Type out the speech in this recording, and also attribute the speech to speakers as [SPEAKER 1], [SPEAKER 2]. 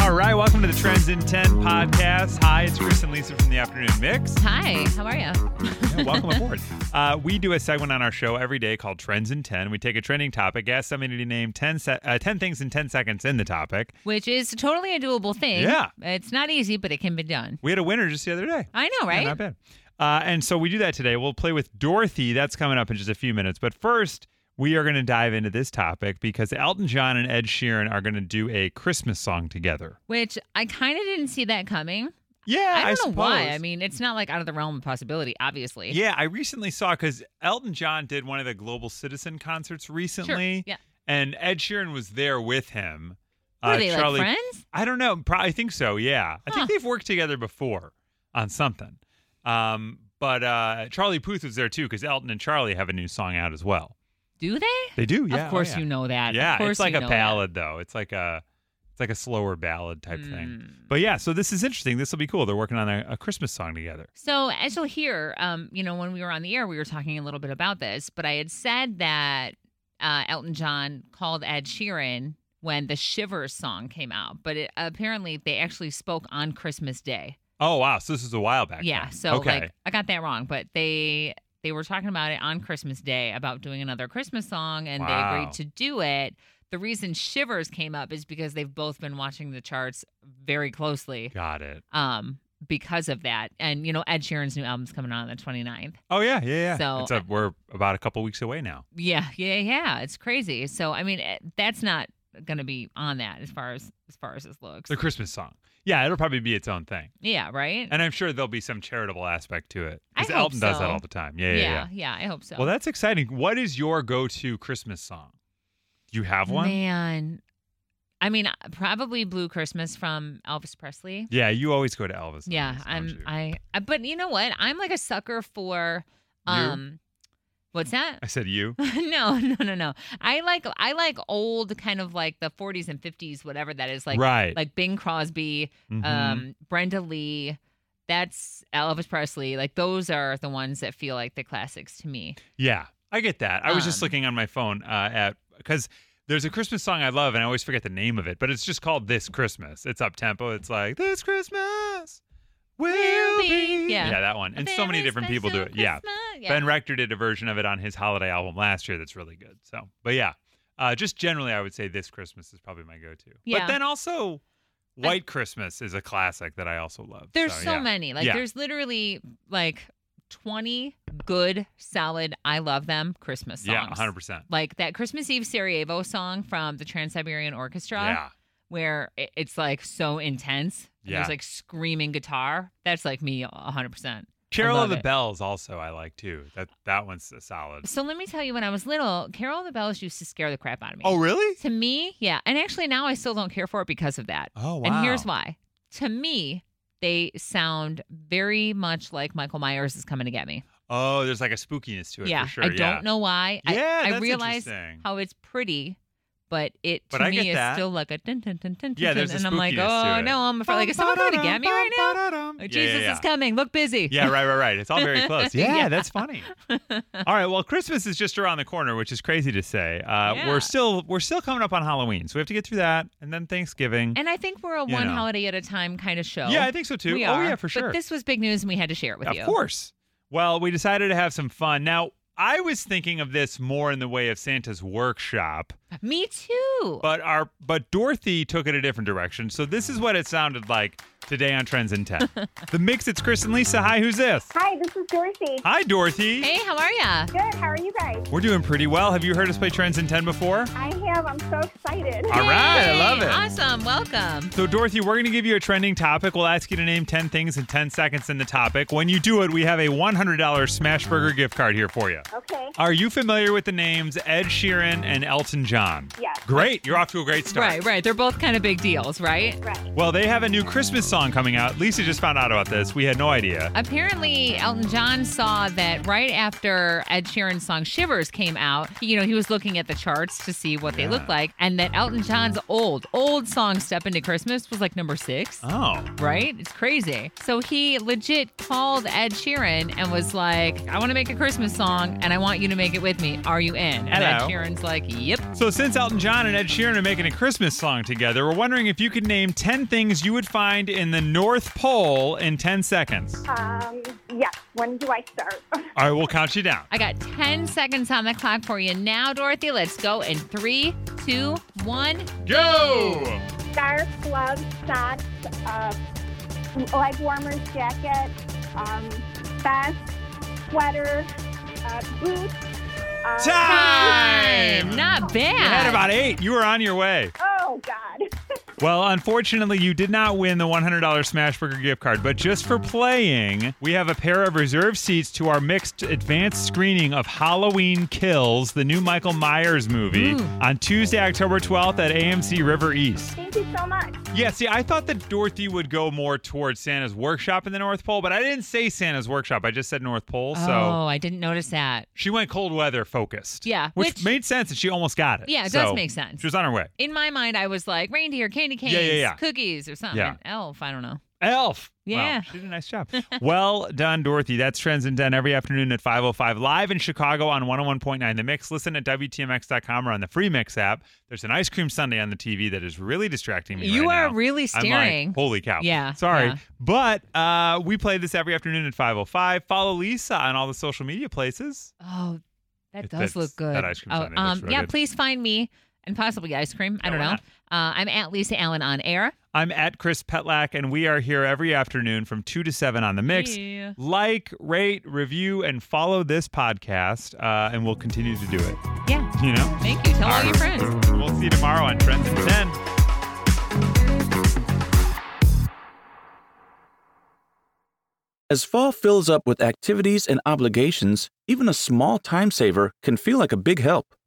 [SPEAKER 1] All right, welcome to the Trends in 10 podcast. Hi, it's Chris and Lisa from the Afternoon Mix.
[SPEAKER 2] Hi, how are you?
[SPEAKER 1] Yeah, welcome aboard. Uh, we do a segment on our show every day called Trends in 10. We take a trending topic, ask somebody to name 10, se- uh, 10 things in 10 seconds in the topic.
[SPEAKER 2] Which is totally a doable thing.
[SPEAKER 1] Yeah.
[SPEAKER 2] It's not easy, but it can be done.
[SPEAKER 1] We had a winner just the other day.
[SPEAKER 2] I know,
[SPEAKER 1] Yeah,
[SPEAKER 2] right?
[SPEAKER 1] not bad. Uh, and so we do that today. We'll play with Dorothy. That's coming up in just a few minutes. But first, we are going to dive into this topic because Elton John and Ed Sheeran are going to do a Christmas song together.
[SPEAKER 2] Which I kind of didn't see that coming.
[SPEAKER 1] Yeah,
[SPEAKER 2] I don't know
[SPEAKER 1] suppose.
[SPEAKER 2] why. I mean, it's not like out of the realm of possibility, obviously.
[SPEAKER 1] Yeah, I recently saw because Elton John did one of the Global Citizen concerts recently,
[SPEAKER 2] Sure. Yeah.
[SPEAKER 1] and Ed Sheeran was there with him.
[SPEAKER 2] Were they
[SPEAKER 1] Uh, Charlie,
[SPEAKER 2] like friends?
[SPEAKER 1] I don't know. Probably, I think so. Yeah, I
[SPEAKER 2] Huh.
[SPEAKER 1] think they've worked together before on something. Um, but uh, Charlie Puth was there too because Elton and Charlie have a new song out as well.
[SPEAKER 2] Do they?
[SPEAKER 1] They do. Yeah,
[SPEAKER 2] of course you know that.
[SPEAKER 1] Yeah,
[SPEAKER 2] of course
[SPEAKER 1] it's like
[SPEAKER 2] you
[SPEAKER 1] a
[SPEAKER 2] know
[SPEAKER 1] ballad though. It's like a it's like a slower ballad
[SPEAKER 2] That.
[SPEAKER 1] type thing.
[SPEAKER 2] Mm.
[SPEAKER 1] But yeah, so this is interesting. This will be cool. They're working on a, a Christmas song together.
[SPEAKER 2] So as you'll hear, um, you know, when we were on the air, we were talking a little bit about this, but I had said that uh, Elton John called Ed Sheeran when the Shivers song came out, but it, apparently they actually spoke on Christmas Day.
[SPEAKER 1] Oh wow, so this is a while back.
[SPEAKER 2] Yeah,
[SPEAKER 1] then.
[SPEAKER 2] so
[SPEAKER 1] okay.
[SPEAKER 2] like I got that wrong, but they they were talking about it on Christmas Day about doing another Christmas song, and they
[SPEAKER 1] Wow.
[SPEAKER 2] agreed to do it. The reason Shivers came up is because they've both been watching the charts very closely
[SPEAKER 1] Got it.
[SPEAKER 2] um, because of that. And, you know, Ed Sheeran's new album's coming out on the 29th.
[SPEAKER 1] Oh yeah, yeah, yeah.
[SPEAKER 2] So-
[SPEAKER 1] it's a, we're about a couple weeks away now.
[SPEAKER 2] Yeah, yeah, yeah. It's crazy. So, I mean, eh, that's not going to be on that as far as as far as this looks.
[SPEAKER 1] The Christmas song. Yeah, it'll probably be its own thing,
[SPEAKER 2] Yeah, right?
[SPEAKER 1] and I'm sure there'll be some charitable aspect to it.
[SPEAKER 2] I
[SPEAKER 1] Because
[SPEAKER 2] hope
[SPEAKER 1] Elton does that
[SPEAKER 2] so.
[SPEAKER 1] all the time. Yeah, yeah, yeah.
[SPEAKER 2] yeah, I hope so.
[SPEAKER 1] Well, that's exciting. What is your go-to Christmas song? Do you have one?
[SPEAKER 2] Man. I mean, uh, probably Blue Christmas from Elvis Presley.
[SPEAKER 1] Yeah, you always go to Elvis. on
[SPEAKER 2] Yeah,
[SPEAKER 1] this, don't
[SPEAKER 2] I'm
[SPEAKER 1] you?
[SPEAKER 2] I, I but you know what? I'm like a sucker for
[SPEAKER 1] You?
[SPEAKER 2] um what's that?
[SPEAKER 1] I said you.
[SPEAKER 2] no, no, no, no. I like I like old kind of like the 40s and 50s whatever that is like
[SPEAKER 1] right.
[SPEAKER 2] like Bing Crosby,
[SPEAKER 1] Mhm.
[SPEAKER 2] um, Brenda Lee. That's Elvis Presley. Like those are the ones that feel like the classics to me.
[SPEAKER 1] yeah, I get that. I was just
[SPEAKER 2] um,
[SPEAKER 1] looking on my phone uh, at because there's a Christmas song I love, and I always forget the name of it, but it's just called "This Christmas." It's up tempo. It's like "This Christmas will
[SPEAKER 2] Will be,"
[SPEAKER 1] be."
[SPEAKER 2] yeah.
[SPEAKER 1] that one. And so many
[SPEAKER 2] Very
[SPEAKER 1] different people do it.
[SPEAKER 2] special
[SPEAKER 1] Yeah.
[SPEAKER 2] Christmas.
[SPEAKER 1] Ben Rector did a version of it on his holiday album last year. That's really good. So, but yeah, uh, just generally, I would say "This Christmas" is probably my go-to. But
[SPEAKER 2] Yeah.
[SPEAKER 1] then also. White Christmas is a classic that I also love.
[SPEAKER 2] There's
[SPEAKER 1] so,
[SPEAKER 2] so,
[SPEAKER 1] yeah.
[SPEAKER 2] many. Like
[SPEAKER 1] Yeah.
[SPEAKER 2] there's literally like 20 good, solid, I love them Christmas songs.
[SPEAKER 1] Yeah, 100. percent
[SPEAKER 2] Like that Christmas Eve Sarajevo song from the Trans Siberian Orchestra,
[SPEAKER 1] Yeah,
[SPEAKER 2] where it- it's like so intense. and
[SPEAKER 1] Yeah.
[SPEAKER 2] There's like screaming guitar. That's like me 100%.
[SPEAKER 1] Carol
[SPEAKER 2] love
[SPEAKER 1] of the
[SPEAKER 2] it.
[SPEAKER 1] Bells also I like too. That that one's a solid.
[SPEAKER 2] So let me tell you, when I was little, Carol of the Bells used to scare the crap out of me.
[SPEAKER 1] Oh, really?
[SPEAKER 2] To me, yeah. And actually, now I still don't care for it because of that.
[SPEAKER 1] Oh wow.
[SPEAKER 2] And here's why. To me, they sound very much like Michael Myers is coming to get me.
[SPEAKER 1] Oh, there's like a spookiness to it
[SPEAKER 2] yeah.
[SPEAKER 1] for sure.
[SPEAKER 2] I don't
[SPEAKER 1] yeah.
[SPEAKER 2] know why.
[SPEAKER 1] Yeah,
[SPEAKER 2] I, I
[SPEAKER 1] that's
[SPEAKER 2] realize
[SPEAKER 1] interesting.
[SPEAKER 2] how it's pretty, but it to
[SPEAKER 1] But I get
[SPEAKER 2] me is
[SPEAKER 1] that.
[SPEAKER 2] still like a dun dun dun dun. dun,
[SPEAKER 1] Yeah, there's
[SPEAKER 2] dun,
[SPEAKER 1] a
[SPEAKER 2] and I'm like,
[SPEAKER 1] spookiness to
[SPEAKER 2] oh
[SPEAKER 1] it.
[SPEAKER 2] no, I'm afraid. Like, is someone trying to get me right now? Oh,
[SPEAKER 1] Yeah,
[SPEAKER 2] Jesus
[SPEAKER 1] yeah, yeah.
[SPEAKER 2] is coming. Look busy.
[SPEAKER 1] Yeah, right, right, right. It's all very close. Yeah,
[SPEAKER 2] Yeah.
[SPEAKER 1] that's funny. All right, well, Christmas is just around the corner, which is crazy to say. Uh,
[SPEAKER 2] Yeah.
[SPEAKER 1] We're still we're still coming up on Halloween, so we have to get through that, and then Thanksgiving.
[SPEAKER 2] And I think we're a
[SPEAKER 1] You
[SPEAKER 2] one
[SPEAKER 1] know.
[SPEAKER 2] holiday at a time kind of show.
[SPEAKER 1] yeah, I think so too.
[SPEAKER 2] we
[SPEAKER 1] oh
[SPEAKER 2] are.
[SPEAKER 1] yeah, for sure.
[SPEAKER 2] But this was big news, and we had to share it with
[SPEAKER 1] of
[SPEAKER 2] you.
[SPEAKER 1] course. Well, we decided to have some fun. Now, I was thinking of this more in the way of Santa's workshop,
[SPEAKER 2] Me too.
[SPEAKER 1] but our but Dorothy took it a different direction. So this is what it sounded like today on Trends in 10. the mix, it's Chris and Lisa. Hi, who's this?
[SPEAKER 3] Hi, this is Dorothy.
[SPEAKER 1] Hi, Dorothy.
[SPEAKER 2] hey, how are ya?
[SPEAKER 3] Good, how are you guys?
[SPEAKER 1] We're doing pretty well. Have you heard us play Trends in 10 before?
[SPEAKER 3] I have, I'm so excited.
[SPEAKER 1] All right, I
[SPEAKER 2] Yay.
[SPEAKER 1] love it.
[SPEAKER 2] Awesome. Welcome.
[SPEAKER 1] So, Dorothy, we're going to give you a trending topic. We'll ask you to name 10 things in 10 seconds in the topic. When you do it, we have a $100 Smash Burger gift card here for you.
[SPEAKER 3] Okay,
[SPEAKER 1] Are you familiar with the names Ed Sheeran and Elton John?
[SPEAKER 3] Yes.
[SPEAKER 1] Great. You're off to a great start.
[SPEAKER 2] Right, right. They're both kind of big deals, right?
[SPEAKER 3] right.
[SPEAKER 1] Well, they have a new Christmas song song coming out. Lisa just found out about this. We had no idea.
[SPEAKER 2] Apparently, Elton John saw that right after Ed Sheeran's song Shivers came out, you know, he was looking at the charts to see what they
[SPEAKER 1] Yeah.
[SPEAKER 2] looked like, and that Elton John's old, old song Step Into Christmas was like number six.
[SPEAKER 1] Oh.
[SPEAKER 2] Right? It's crazy. So he legit called Ed Sheeran and was like, I want to make a Christmas song and I want you to make it with me. Are you in? And Ed
[SPEAKER 1] Hello.
[SPEAKER 2] Sheeran's like, Yep.
[SPEAKER 1] So since Elton John and Ed Sheeran are making a Christmas song together, we're wondering if you could name 10 things you would find in the North Pole in 10 seconds.
[SPEAKER 3] Um, yes. When do I start?
[SPEAKER 1] All right, we'll count you down.
[SPEAKER 2] I got 10 seconds on the clock for you now, Dorothy. Let's go in three, two, one.
[SPEAKER 1] Go!
[SPEAKER 3] Scarf, gloves, socks, uh, leg warmers, jacket, um, vest, sweater, uh, boots. Uh,
[SPEAKER 1] Time!
[SPEAKER 2] Not bad.
[SPEAKER 1] You had about eight. You were on your way.
[SPEAKER 3] Oh God.
[SPEAKER 1] Well, unfortunately, you did not win the $100 Smashburger gift card, but just for playing, we have a pair of reserve seats to our mixed advanced screening of Halloween Kills, the new Michael Myers movie,
[SPEAKER 2] Ooh.
[SPEAKER 1] on Tuesday, October 12th at AMC River East.
[SPEAKER 3] Thank you so much.
[SPEAKER 1] Yeah, see, I thought that Dorothy would go more towards Santa's workshop in the North Pole, but I didn't say Santa's workshop. I just said North Pole. So
[SPEAKER 2] Oh, I didn't notice that.
[SPEAKER 1] she went cold weather focused.
[SPEAKER 2] Yeah,
[SPEAKER 1] Which,
[SPEAKER 2] which-
[SPEAKER 1] made sense and she almost got it.
[SPEAKER 2] Yeah, it
[SPEAKER 1] so
[SPEAKER 2] does make sense.
[SPEAKER 1] She was on her way.
[SPEAKER 2] In my mind, I was like, reindeer, candy canes,
[SPEAKER 1] yeah, yeah.
[SPEAKER 2] cookies, or something.
[SPEAKER 1] Yeah.
[SPEAKER 2] Elf, I don't know.
[SPEAKER 1] Elf.
[SPEAKER 2] Yeah.
[SPEAKER 1] Wow, she did a nice job. well done, Dorothy. That's Trends and Done every afternoon at 5.05 live in Chicago on 101.9 The Mix. Listen at WTMX.com or on the free Mix app. There's an ice cream sundae on the TV that is really distracting me
[SPEAKER 2] You
[SPEAKER 1] right
[SPEAKER 2] are
[SPEAKER 1] now.
[SPEAKER 2] really
[SPEAKER 1] I'm like,
[SPEAKER 2] staring.
[SPEAKER 1] Holy cow.
[SPEAKER 2] Yeah,
[SPEAKER 1] Sorry.
[SPEAKER 2] yeah.
[SPEAKER 1] But uh, we play this every afternoon at 5.05. Follow Lisa on all the social media places.
[SPEAKER 2] Oh, that
[SPEAKER 1] It-
[SPEAKER 2] does
[SPEAKER 1] that's-
[SPEAKER 2] look good.
[SPEAKER 1] that ice cream
[SPEAKER 2] oh,
[SPEAKER 1] sundae looks
[SPEAKER 2] um,
[SPEAKER 1] real
[SPEAKER 2] yeah,
[SPEAKER 1] good.
[SPEAKER 2] please find me and possibly ice cream. I
[SPEAKER 1] No,
[SPEAKER 2] don't
[SPEAKER 1] why
[SPEAKER 2] know.
[SPEAKER 1] not?
[SPEAKER 2] Uh, I'm at Lisa Allen on air.
[SPEAKER 1] I'm at Chris Petlak, and we are here every afternoon from 2 to 7 on The Mix.
[SPEAKER 2] Yeah.
[SPEAKER 1] Like, rate, review, and follow this podcast, uh, and we'll continue to do it.
[SPEAKER 2] Yeah.
[SPEAKER 1] You know?
[SPEAKER 2] Thank you. Tell all
[SPEAKER 1] Alright.
[SPEAKER 2] your friends.
[SPEAKER 1] We'll see you tomorrow on Trends in 10.
[SPEAKER 4] As fall fills up with activities and obligations, even a small time saver can feel like a big help.